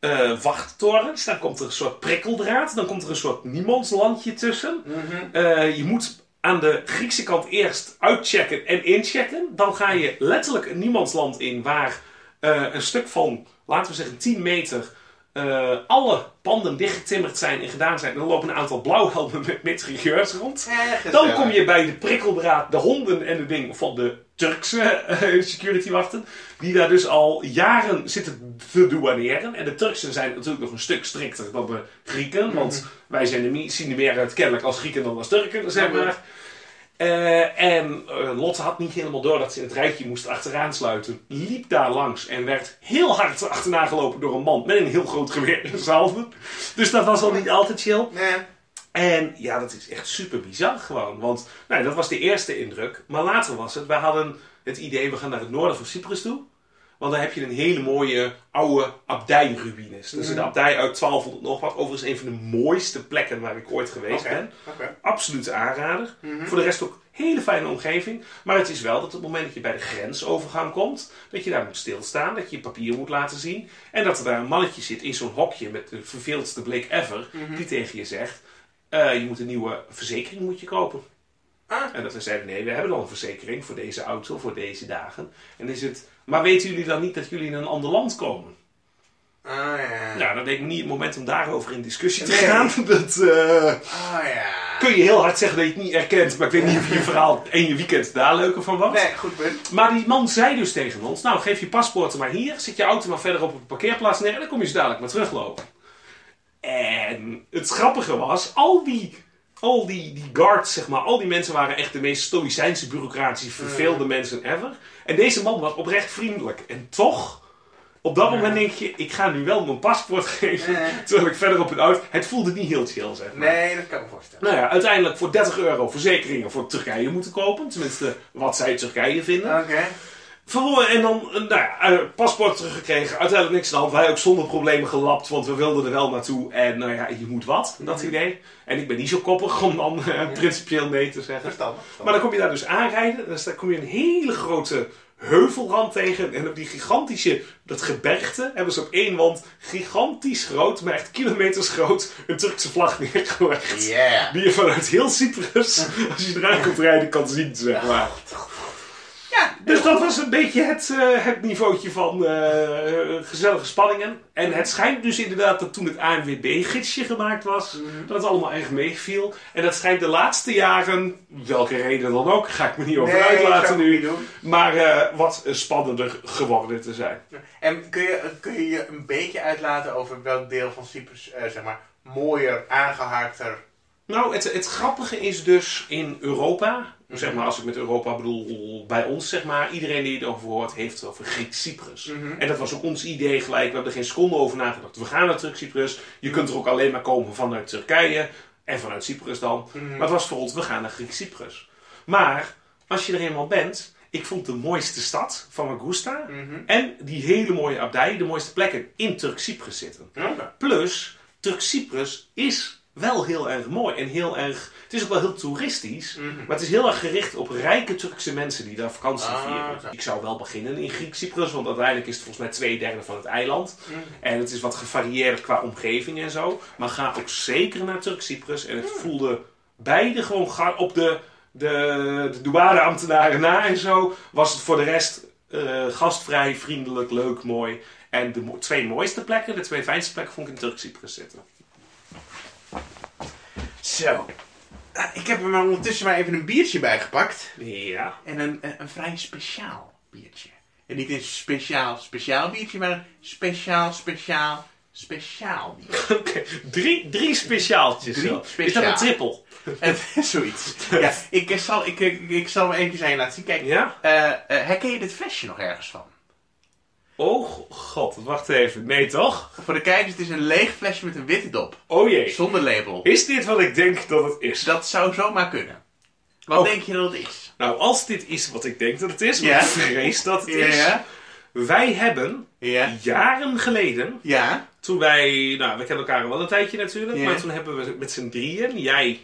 B: eh, wachttorens. Dan komt er een soort prikkeldraad. Dan komt er een soort niemandslandje tussen.
A: mhm.
B: Eh, je moet aan de Griekse kant eerst uitchecken en inchecken. Dan ga je letterlijk een niemandsland in waar eh, een stuk van, laten we zeggen, 10 meter. eh, alle panden dichtgetimmerd zijn en gedaan zijn. Dan lopen een aantal blauwhelmen met mitrailleurs rond. Dan kom je bij de prikkeldraad, de honden en het ding van de Turkse eh, securitywachten. Die daar dus al jaren zitten te douaneren. En de Turksen zijn natuurlijk nog een stuk strikter dan de Grieken. Want wij zijn de, mi- zien de meer uit kennelijk als Grieken dan als Turken, zeg maar. Eh, en eh, Lotte had niet helemaal door dat ze in het rijtje moest achteraan sluiten. Liep daar langs en werd heel hard achterna gelopen door een man met een heel groot geweer in zijn handen. Dus dat was al niet altijd chill.
A: Nee.
B: En ja, dat is echt super bizar gewoon. Want nou, dat was de eerste indruk. Maar later was het, wij hadden het idee, we gaan naar het noorden van Cyprus toe. Want daar heb je een hele mooie oude abdijruïnes. Dus een abdij uit 1200 nog wat. Overigens een van de mooiste plekken waar ik ooit geweest
A: Oké.
B: ben.
A: Oké.
B: Absoluut aanrader.
A: Mhm.
B: Voor de rest ook hele fijne omgeving. Maar het is wel dat op het moment dat je bij de grensovergang komt, dat je daar moet stilstaan, dat je je papier moet laten zien. En dat er daar een mannetje zit in zo'n hokje met de verveeldste blik ever,
A: Mhm.
B: die tegen je zegt: eh, Je moet een nieuwe verzekering moet je kopen.
A: Ah.
B: En dat we zeiden: Nee, we hebben al een verzekering voor deze auto, voor deze dagen. En is het, maar weten jullie dan niet dat jullie in een ander land komen?
A: Oh ja.
B: Nou, dat leek me niet het moment om daarover in discussie te
A: Nee.
B: gaan. Dat, eh,
A: Oh ja.
B: kun je heel hard zeggen dat je het niet erkent, maar ik weet niet of je verhaal en je weekend daar leuker van was.
A: Nee, goed punt.
B: Maar die man zei dus tegen ons: Nou, geef je paspoorten maar hier, zet je auto maar verder op een parkeerplaats neer en dan kom je zo dadelijk maar teruglopen. En het grappige was, al die, al die, die guards, zeg maar, al die mensen waren echt de meest stoïcijnse bureaucratie, verveelde mensen ever. En deze man was oprecht vriendelijk. En toch, op dat moment denk je: Ik ga nu wel mijn paspoort geven,
A: Ja.
B: terwijl ik verder op een auto. Het voelde niet heel chill, zeg maar.
A: Nee, dat kan ik me voorstellen.
B: Nou ja, uiteindelijk voor 30 euro verzekeringen voor Turkije moeten kopen. Tenminste, wat zij Turkije vinden.
A: Oké.
B: Vervolgens- En dan, eh, nou ja, eh, paspoort teruggekregen. Uiteindelijk niks aan de hand. Wij ook zonder problemen gelapt, want we wilden er wel naartoe. En nou ja, je moet wat, dat idee. En ik ben niet zo koppig om dan eh, principieel nee te zeggen.
A: Verstandig.
B: Maar dan kom je daar dus aanrijden. En dan kom je een hele grote heuvelrand tegen. En op die gigantische, dat gebergte, hebben ze op één wand gigantisch groot, maar echt kilometers groot, een Turkse vlag neergelegd.
A: Yeah.
B: Die je vanuit heel Cyprus, als je eraan komt rijden, kan zien, zeg maar.
A: Ja.
B: Dus dat was een beetje het, eh, het niveautje van eh, eh, gezellige spanningen. En het schijnt dus inderdaad dat toen het ANWB-gidsje gemaakt was, dat het allemaal erg meeviel. En dat schijnt de laatste jaren, welke reden dan ook, ga ik me niet over
A: Nee, dat
B: uitlaten
A: zou ik
B: nu,
A: niet doen.
B: maar eh, wat spannender geworden te zijn.
A: En kun je, kun je je een beetje uitlaten over welk deel van Cyprus, eh, zeg maar, mooier, aangehaakter...
B: Nou, het, het grappige is dus in Europa, zeg maar, als ik met Europa bedoel, bij ons zeg maar, iedereen die het over hoort heeft het over Grieks-Cyprus.
A: Mhm.
B: En dat was ook ons idee gelijk, we hebben er geen seconde over nagedacht. We gaan naar Turk-Cyprus, je kunt er ook alleen maar komen vanuit Turkije en vanuit Cyprus dan.
A: Mhm.
B: Maar het was voor ons, we gaan naar Grieks-Cyprus. Maar, als je er eenmaal bent, ik vond de mooiste stad van Magusta
A: Mhm.
B: en die hele mooie abdij, de mooiste plekken in Turk-Cyprus zitten.
A: Oké.
B: Plus, Turk-Cyprus is wel heel erg mooi en heel erg. Het is ook wel heel toeristisch,
A: Mhm.
B: maar het is heel erg gericht op rijke Turkse mensen die daar vakantie
A: Ah,
B: vieren.
A: oké.
B: Ik zou wel beginnen in Griek-Cyprus, want uiteindelijk is het volgens mij twee derde van het eiland. En het is wat gevarieerd qua omgeving en zo. Maar ga ook zeker naar Turk-Cyprus. En
A: Hmm.
B: het voelde beide gewoon ga- op de, de, de douaneambtenaren na en zo. Was het voor de rest eh, gastvrij, vriendelijk, leuk, mooi. En de mo- twee mooiste plekken, de twee fijnste plekken, vond ik in Turk-Cyprus zitten.
A: Zo. Nou, Ik heb er maar ondertussen maar even een biertje bij gepakt.
B: Ja.
A: En een, een, een vrij speciaal biertje. En niet een speciaal, speciaal biertje, maar een speciaal, speciaal, speciaal biertje.
B: Oké, drie, drie speciaaltjes.
A: Drie
B: zo. Is dat
A: speciaal.
B: een trippel?
A: Het- Zoiets. Ja, ik, zal, ik, ik, ik zal hem eventjes aan je laten zien. Kijk,
B: Ja?
A: eh, eh, herken je dit flesje nog ergens van?
B: Oh god, wacht even. Nee toch?
A: Voor de kijkers, het is een leeg flesje met een witte dop.
B: Oh jee.
A: Zonder label.
B: Is dit wat ik denk dat het is?
A: Dat zou zomaar kunnen. Wat
B: Oh.
A: denk je dat het is?
B: Nou, als dit is wat ik denk dat het is, maar
A: Ja.
B: ik vrees dat het is.
A: Ja.
B: Wij hebben
A: Ja.
B: jaren geleden,
A: Ja.
B: toen wij, nou we kennen elkaar al wel een tijdje natuurlijk,
A: Ja.
B: maar toen hebben we met z'n drieën, jij,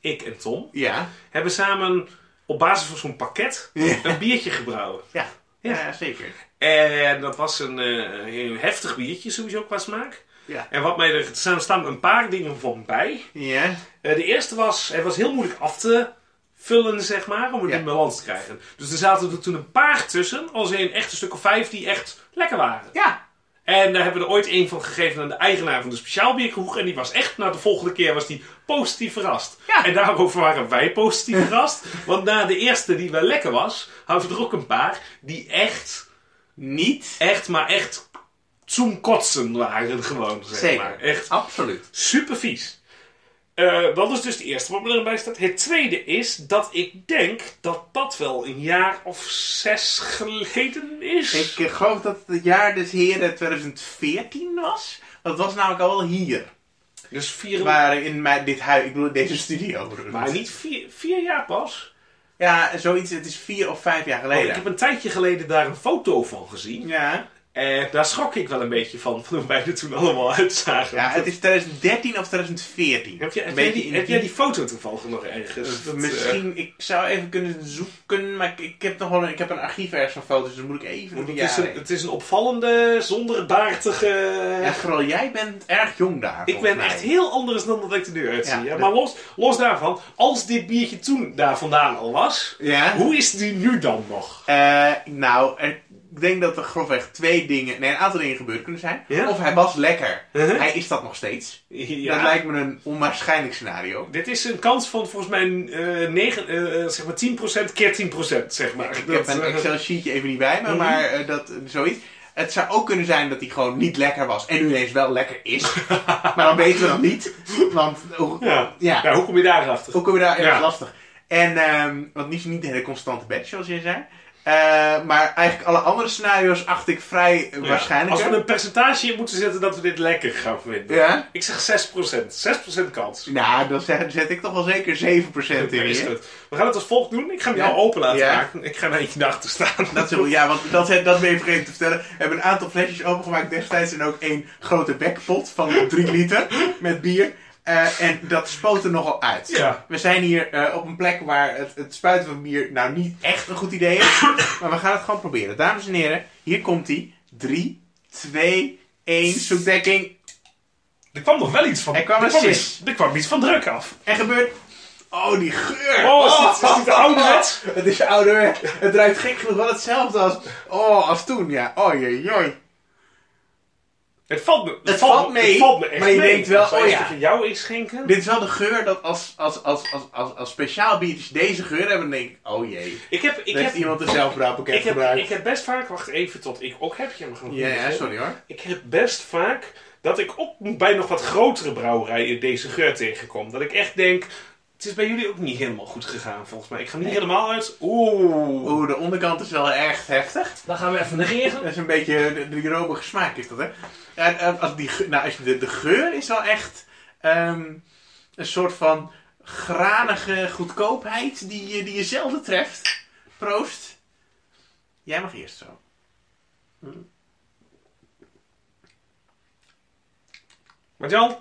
B: ik en Tom,
A: Ja.
B: hebben samen op basis van zo'n pakket
A: Ja.
B: een biertje gebrouwen.
A: Ja.
B: Ja.
A: Ja, zeker.
B: En dat was een eh, heel heftig biertje sowieso qua smaak.
A: Ja.
B: En wat mij er er staan, staan een paar dingen van bij.
A: Ja.
B: Eh, de eerste was, het was heel moeilijk af te vullen, zeg maar, om het
A: Ja.
B: in balans te krijgen. Dus er zaten er toen een paar tussen, als in echt een stuk of vijf, die echt lekker waren.
A: Ja.
B: En daar hebben we er ooit een van gegeven aan de eigenaar van de speciaalbierkroeg. En die was echt, na de volgende keer was die positief verrast.
A: Ja.
B: En daarover waren wij positief verrast. Want na de eerste die wel lekker was, hadden we er ook een paar die echt,
A: Niet.
B: echt, maar echt zoem kotsen waren gewoon, zeg
A: Zeker.
B: maar. Echt
A: Absoluut.
B: Super vies. Eh, dat is dus het eerste wat me erbij staat. Het tweede is dat ik denk dat dat wel een jaar of zes geleden is.
A: Ik eh, geloof dat het het jaar des heren 2014 was. Dat was namelijk al wel hier.
B: Dus vier, maar,
A: Maar in mijn, dit huis, ik bedoel deze studio.
B: niet vier, vier jaar pas.
A: Ja, zoiets. Het is vier of vijf jaar
B: Want
A: geleden.
B: Oh, ik heb een tijdje geleden daar een foto van gezien.
A: Ja.
B: En daar schrok ik wel een beetje van, van hoe wij er toen allemaal uitzagen.
A: ja, het is 2013 of 2014.
B: heb, je, heb,
A: Een
B: jij
A: beetje
B: die,
A: in
B: heb
A: die-
B: jij die foto toevallig nog ergens? Dat, eh,
A: Misschien, ik zou even kunnen zoeken, maar ik, ik heb nog wel een, ik heb een archief ergens van foto's, dus moet ik even
B: want
A: door de
B: het, is
A: jaren
B: een, het is een opvallende, zonder baartige...
A: heen. Ja, vooral jij bent erg jong daar.
B: Ik
A: volgens
B: ben
A: mij.
B: echt heel anders dan dat ik er nu uitzie.
A: Ja,
B: hè.
A: dat-
B: Maar los, los daarvan, als dit biertje toen daar vandaan al was,
A: Ja?
B: hoe is die nu dan nog?
A: Eh, nou, er- ik denk dat er grofweg twee dingen, nee, een aantal dingen gebeurd kunnen zijn.
B: Ja?
A: Of hij was lekker.
B: Uh-huh.
A: Hij is dat nog steeds.
B: Ja,
A: Dat lijkt me een onwaarschijnlijk scenario.
B: Dit is een kans van volgens mij eh, negen, eh, eh, zeg maar 10% keer 10%, zeg maar.
A: Ik
B: Dat,
A: heb een
B: eh,
A: Excel sheetje even niet bij me,
B: Mhm.
A: maar eh, dat eh, zoiets. Het zou ook kunnen zijn dat hij gewoon niet lekker was en nu ineens wel lekker is. maar dan weten we dat niet. Want, hoe-
B: ja.
A: ja.
B: ja, hoe kom je daarachter?
A: Hoe kom je daar? Ja, dat
B: Ja.
A: is lastig. En, ehm, want niet, niet de hele constante batch, zoals jij zei. Eh, maar eigenlijk alle andere scenario's acht ik vrij
B: Ja.
A: waarschijnlijk.
B: Als we een percentage in moeten zetten dat we dit lekker gaan vinden.
A: Ja?
B: Ik zeg 6%. 6% kans.
A: Nou, dan zet, zet ik toch wel zeker 7%
B: Ja,
A: in.
B: is
A: hè?
B: goed. We gaan het als volgt doen. Ik ga hem
A: Ja.
B: jou open laten
A: Ja.
B: maken. Ik ga er eentje achter staan.
A: Dat is, wel- ja, want dat, dat ben je vergeten te vertellen. We hebben een aantal flesjes opengemaakt destijds en ook één grote bekpot van 3 liter met bier. Eh, en dat spoot er nogal uit.
B: Ja.
A: We zijn hier eh, op een plek waar het, het spuiten van bier nou niet echt een goed idee is. maar we gaan het gewoon proberen. Dames en heren, hier komt ie. 3, 2, 1, zoekdekking.
B: Er kwam nog wel iets van.
A: Er kwam een
B: iets-
A: sis.
B: er kwam iets van druk af.
A: En gebeurt. Oh, die geur!
B: Oh, is dit- is dit ouderwets?
A: Het is ouderwets. Het ruikt gek genoeg wel hetzelfde als, oh, als toen, ja. Oh, jee, jee.
B: Het valt me,
A: Het valt
B: me-
A: mee,
B: het valt me echt
A: maar je
B: mee.
A: denkt wel,
B: Zou
A: oh
B: ik
A: ja.
B: het van jou eens schenken?
A: Dit is wel de geur dat als, als, als, als, als, als speciaal biertjes deze geur hebben, dan denk ik, oh jee.
B: Ik heb, ik
A: Dan heeft
B: heb,
A: iemand een zelfbrouwpakket
B: ik heb,
A: gebruikt.
B: ik heb best vaak, wacht even tot ik ook heb. Je hem gewoon
A: ja, ja,
B: gezien.
A: sorry hoor.
B: Ik heb best vaak dat ik ook bij nog wat grotere brouwerijen deze geur tegenkom. Dat ik echt denk, het is bij jullie ook niet helemaal goed gegaan volgens mij. Ik ga niet helemaal uit. Oeh.
A: Oeh, de onderkant is wel echt heftig.
B: Dan gaan we even negeren.
A: Dat is een beetje de, de romige smaak, is dat hè? Ja, en, eh, als die, ge- nou, als je de, de geur is wel echt ehm, een soort van granige goedkoopheid die, je- die je zelden treft. Proost. Jij mag eerst zo.
B: Maar Jan,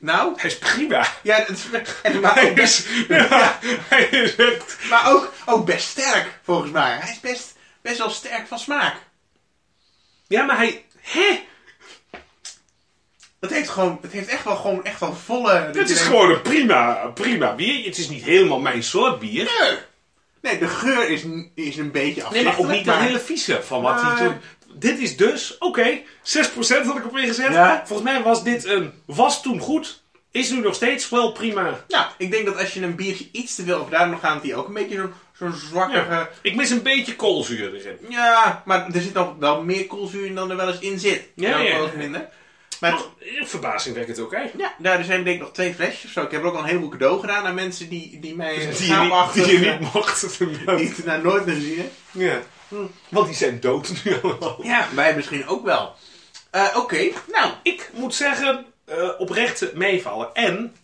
A: Nou,
B: hij is prima.
A: ja, dat is, en, maar ook
B: Hij
A: best-
B: is, ja, hij is echt
A: Maar ook, ook best sterk, volgens mij. Hij is best, best wel sterk van smaak.
B: Ja, maar hij. Hè?
A: Het heeft, gewoon, het heeft echt wel gewoon echt wel volle...
B: Het is gewoon een prima, prima bier. Het is niet helemaal mijn soort bier.
A: geur. Nee, de geur is, n- is een beetje
B: Nee,
A: afzichtelijk.
B: maar ook niet dat hele vieze van wat hij
A: Maar-
B: toen. Dit is dus, oké, 6% had ik op ingezet.
A: Ja.
B: Volgens mij was dit een. Was toen goed, is nu nog steeds wel prima.
A: Ja, Nou, ik denk dat als je een biertje iets te veel gedaan nog gaat hij ook een beetje zo'n zo'n zwakkige...
B: Ja.
A: Ja.
B: Ik mis een beetje koolzuur erin.
A: maar er zit nog wel meer koolzuur in dan er wel eens in zit.
B: Ja,
A: ook
B: ja. Oh.
A: wel eens minder. Maar het-
B: Maar eh, verbazingwekkend ook, hè?
A: ja, nou, er zijn denk ik nog twee flesjes of zo. Ik heb er ook al een heleboel cadeau gedaan aan mensen die, die mij
B: Die je niet,
A: schaamachtig...
B: die je niet mocht.
A: die het nou nooit meer zien.
B: Ja. Want die zijn dood nu allemaal.
A: Ja, wij misschien ook wel. Eh, Oké, nou,
B: Ik moet zeggen, eh oprecht meevallen. En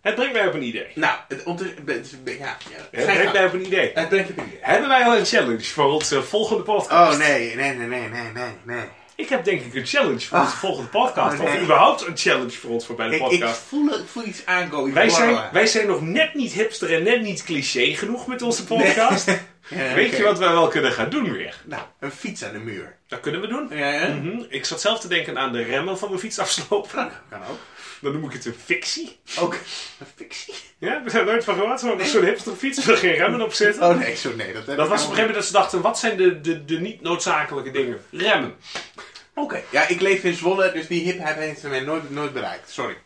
B: het brengt mij op een idee.
A: nou, het, ont- het, ja, ja, Eh,
B: Het
A: Ga je
B: brengt
A: gang.
B: mij op een idee.
A: het brengt het in.
B: Hebben wij al een challenge voor onze volgende podcast?
A: Oh nee, nee, nee, nee, nee, nee, nee.
B: Ik heb denk ik een challenge voor onze volgende podcast.
A: Oh, nee.
B: Of überhaupt een challenge voor ons voor bij de
A: Ik, ik
B: podcast.
A: voel, ik voel iets aankomen.
B: Wij zijn, wij zijn nog net niet hipster en net niet cliché genoeg met onze podcast.
A: Ja,
B: Weet
A: oké.
B: je wat wij wel kunnen gaan doen weer?
A: Nou, een fiets aan de muur.
B: Dat kunnen we doen.
A: Ja, ja.
B: Mhm. Ik zat zelf te denken aan de remmen van mijn fiets afslopen.
A: Kan ook.
B: Dan noem ik het een fictie.
A: Ook een fictie.
B: Ja, we zijn nooit van gehoord. Zo'n zo'n hipster fiets waar geen remmen op zitten.
A: Oh nee, zo nee. Dat,
B: Dat was op een gegeven moment dat ze dachten, wat zijn de, de, de niet noodzakelijke dingen? Remmen.
A: Oké, ja, ik leef in Zwolle, dus die hipheid heeft mij nooit, nooit bereikt. Sorry.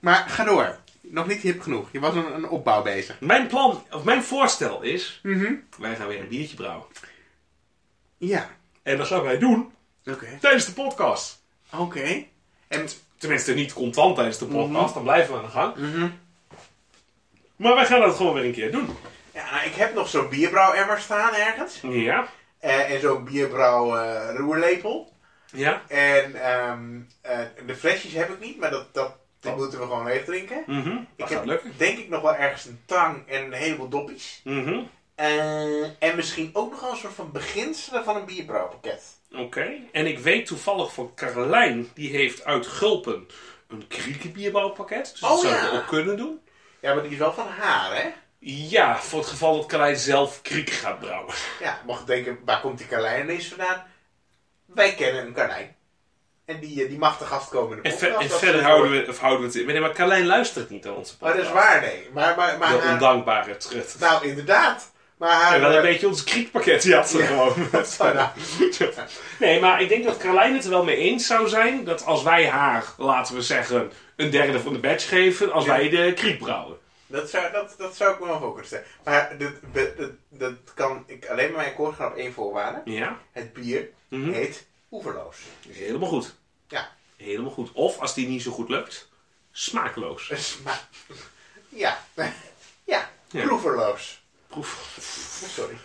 A: Maar ga door. Nog niet hip genoeg. Je was een, een opbouw bezig.
B: Mijn plan, of mijn voorstel is,
A: Mhm.
B: wij gaan weer een biertje brouwen.
A: Ja.
B: En dat gaan wij doen
A: Oké.
B: tijdens de podcast.
A: Oké. En
B: Tenminste, niet contant tijdens
A: Mhm.
B: de podcast, dan blijven we aan de gang. Maar wij gaan dat gewoon weer een keer doen.
A: ja, nou, ik heb nog zo'n bierbrouwemmer staan ergens.
B: Ja.
A: Eh, en zo'n bierbrouw eh, roerlepel.
B: Ja.
A: En ehm, eh, de flesjes heb ik niet, maar dat, dat, die moeten we gewoon leegdrinken.
B: Mhm.
A: Ik
B: Oh. Dat
A: heb
B: gaat lukken.
A: denk ik nog wel ergens een tang en een heleboel doppies.
B: Mhm.
A: Eh, en misschien ook nog wel een soort van beginselen van een bierbrouwpakket.
B: Oké. En ik weet toevallig van Carlijn, die heeft uit Gulpen een kriekenbierbouwpakket. Dus dat
A: Oh,
B: zouden we
A: ja.
B: ook kunnen doen.
A: Ja, maar die is wel van haar, hè?
B: Ja, voor het geval dat Carlijn zelf kriek gaat brouwen.
A: Ja, mag ik denken, waar komt die Carlijn ineens vandaan? Wij kennen een Carlijn. En die, eh, die mag te gast komen in de
B: En,
A: podcast.
B: ver- en
A: Dat
B: verder
A: is-
B: houden we, of houden we het in. Nee, maar Carlijn luistert niet naar onze
A: Maar
B: podcast.
A: dat is waar, nee. Maar, maar, maar
B: De
A: haar-
B: ondankbare trut.
A: Nou, inderdaad. Maar haar...
B: En wel een beetje ons kriekpakket jatten
A: Ja.
B: gewoon.
A: Dat zou nou-
B: Nee, maar ik denk dat Carlijn het er wel mee eens zou zijn dat als wij haar, laten we zeggen, een derde van de badge geven, als
A: Ja.
B: wij de kriek brouwen.
A: Dat zou, dat, dat zou ik me wel voor kunnen stellen. Maar dat, dat, dat, dat kan ik alleen maar mijn akkoord gaan op één voorwaarde.
B: Ja,
A: Het bier
B: Mhm.
A: heet oeverloos.
B: helemaal goed.
A: Ja.
B: Helemaal goed. Of als die niet zo goed lukt, smakeloos.
A: Dus, maar, ja. ja.
B: Ja.
A: Proeverloos.
B: Proef.
A: Sorry.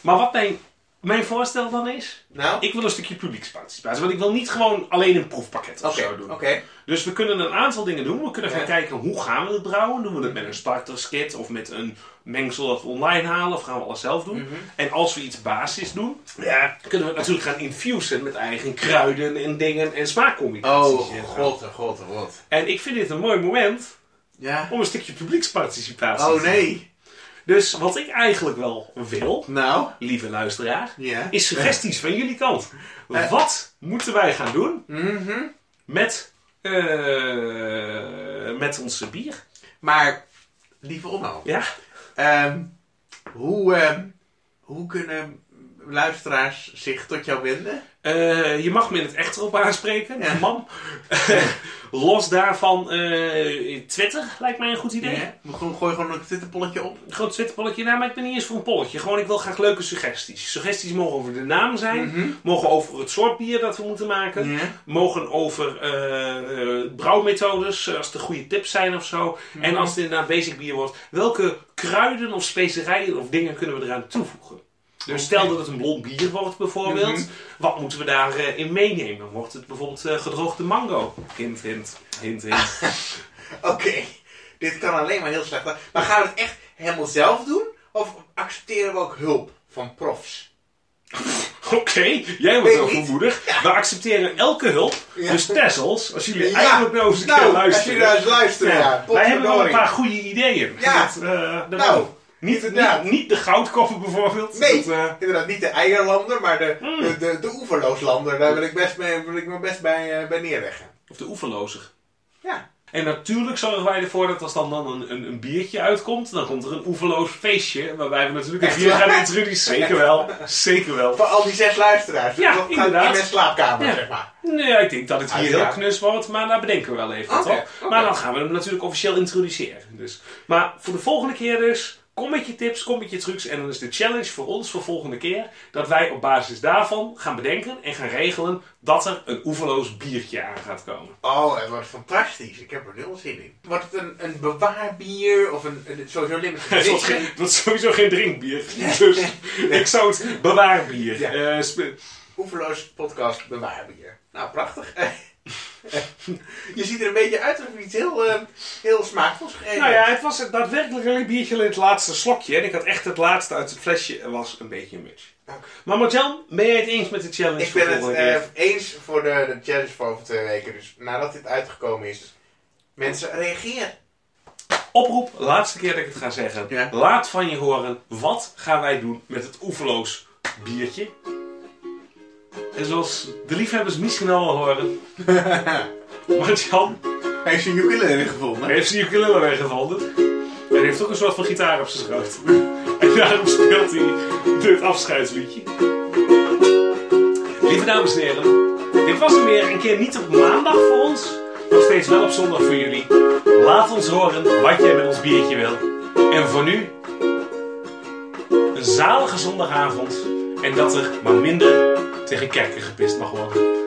B: Maar wat mijn, mijn voorstel dan is,
A: Nou,
B: ik wil een stukje publieksparticipatie. Want ik wil niet gewoon alleen een proefpakket of
A: oké.
B: zo doen.
A: oké.
B: Dus we kunnen een aantal dingen doen. We kunnen gaan
A: Ja.
B: kijken hoe gaan we het brouwen. Doen we het met een starterskit of met een mengsel dat we online halen of gaan we alles zelf doen?
A: Mhm.
B: En als we iets basis doen, ja, kunnen we het natuurlijk gaan infusen met eigen kruiden en dingen en smaakcombinaties.
A: Oh, god, oh, god, oh, god.
B: En ik vind dit een mooi moment
A: Ja.
B: om een stukje publieksparticipatie
A: Oh
B: te doen.
A: nee.
B: Dus wat ik eigenlijk wel wil,
A: Nou.
B: lieve luisteraar,
A: Ja.
B: is suggesties van jullie kant. Wat moeten wij gaan doen
A: Mhm.
B: met, eh, met onze bier?
A: Maar, lieve Onno.
B: Ja.
A: ehm, hoe, ehm, hoe kunnen luisteraars zich tot jou wenden?
B: Eh, je mag me in het echt erop aanspreken,
A: Ja.
B: mam. Los daarvan, eh, Twitter lijkt mij een goed idee.
A: Ja. We gewoon- gooi gewoon een Twitterpolletje op.
B: Een groot Twitterpolletje, nou, maar ik ben niet eens voor een polletje. Gewoon, ik wil graag leuke suggesties. Suggesties mogen over de naam zijn,
A: Mm.
B: mogen over het soort bier dat we moeten maken,
A: Mhm. Ja.
B: mogen over eh, eh, brouwmethodes, eh, als het de goede tips zijn of zo. En als het inderdaad basic bier wordt, welke kruiden of specerijen of dingen kunnen we eraan toevoegen? Dus stel dat het een blond bier wordt bijvoorbeeld,
A: Mhm.
B: wat moeten we daarin in meenemen? Wordt het bijvoorbeeld eh, gedroogde mango? Hint, hint, hint, hint.
A: Oké, dit kan alleen maar heel slecht. gaan. Maar gaan we het echt helemaal zelf doen? Of accepteren we ook hulp van profs?
B: Oké, jij
A: Weet
B: wordt wel
A: niet.
B: vermoedig. We accepteren elke hulp.
A: Ja.
B: Dus Tessels, als jullie eigenlijk nou eens een keer
A: als
B: luisteren.
A: jullie nou eens luisteren, ja.
B: Ja, wij hebben wel een
A: potverdorie.
B: paar goede ideeën.
A: Ja.
B: Dat, eh, dat
A: Nou,
B: wel. niet,
A: inderdaad.
B: niet, niet de goudkoffer bijvoorbeeld.
A: Nee,
B: Dat, eh,
A: inderdaad, niet de eierlander, maar de,
B: Hmm.
A: de, de, de oeverlooslander. Daar wil ik, best mee, wil ik me best bij, eh, bij neerleggen.
B: of de oeverlozer.
A: Ja.
B: En natuurlijk zorgen wij ervoor dat als dan, dan een, een, een biertje uitkomt, dan komt er een oeverloos feestje. Waarbij we natuurlijk
A: Echt
B: een bier
A: waar?
B: gaan introduceren. Zeker wel, zeker wel.
A: Voor al die zes luisteraars.
B: Ja,
A: dat gaat in
B: inderdaad.
A: mijn slaapkamer,
B: Ja.
A: zeg maar.
B: Nee, ik denk dat het hier heel
A: Uiteraard.
B: knus wordt, maar daar bedenken we wel even
A: Ah, Oké,
B: toch?
A: oké.
B: Maar dan gaan we hem natuurlijk officieel introduceren. Dus. Maar voor de volgende keer dus, Kom met je tips, kom met je trucs. En dan is de challenge voor ons voor volgende keer dat wij op basis daarvan gaan bedenken en gaan regelen dat er een oeverloos biertje aan gaat komen.
A: Oh, het wordt fantastisch. Ik heb er nul zin in. Wordt het een, een bewaarbier of een, een sowieso limited
B: Het wordt,
A: edition?
B: geen- het wordt sowieso geen drinkbier. Dus ik zou het bewaarbier.
A: Ja.
B: eh, spe-
A: Oeverloos podcast bewaarbier. Nou, prachtig. je ziet er een beetje uit alsof je iets heel, eh, heel smaakvols gegeten
B: nou ja,
A: hebt.
B: het was het daadwerkelijk een biertje in het laatste slokje. En ik had echt het laatste uit het flesje. Het was een beetje een mutje.
A: Oké.
B: Maar Marjan, ben jij het eens met de challenge
A: Ik ben
B: voor
A: het
B: volgende
A: eh,
B: keer?
A: eens voor de, de challenge voor over twee weken. Dus nadat dit uitgekomen is, mensen, reageer.
B: Oproep, laatste keer dat ik het ga zeggen.
A: Ja.
B: Laat van je horen, wat gaan wij doen met het oeverloos biertje? En zoals de liefhebbers misschien al wel horen, Marjan
A: Hij is een ukulele gevonden.
B: heeft zijn ukulele weggevonden. En heeft ook een soort van gitaar op zijn schoot. En daarom speelt hij dit afscheidsliedje. Lieve dames en heren, dit was hem weer een keer niet op maandag voor ons, nog steeds wel op zondag voor jullie. Laat ons horen wat jij met ons biertje wil. En voor nu, een zalige zondagavond en dat er maar minder tegen kerken gepist mag worden.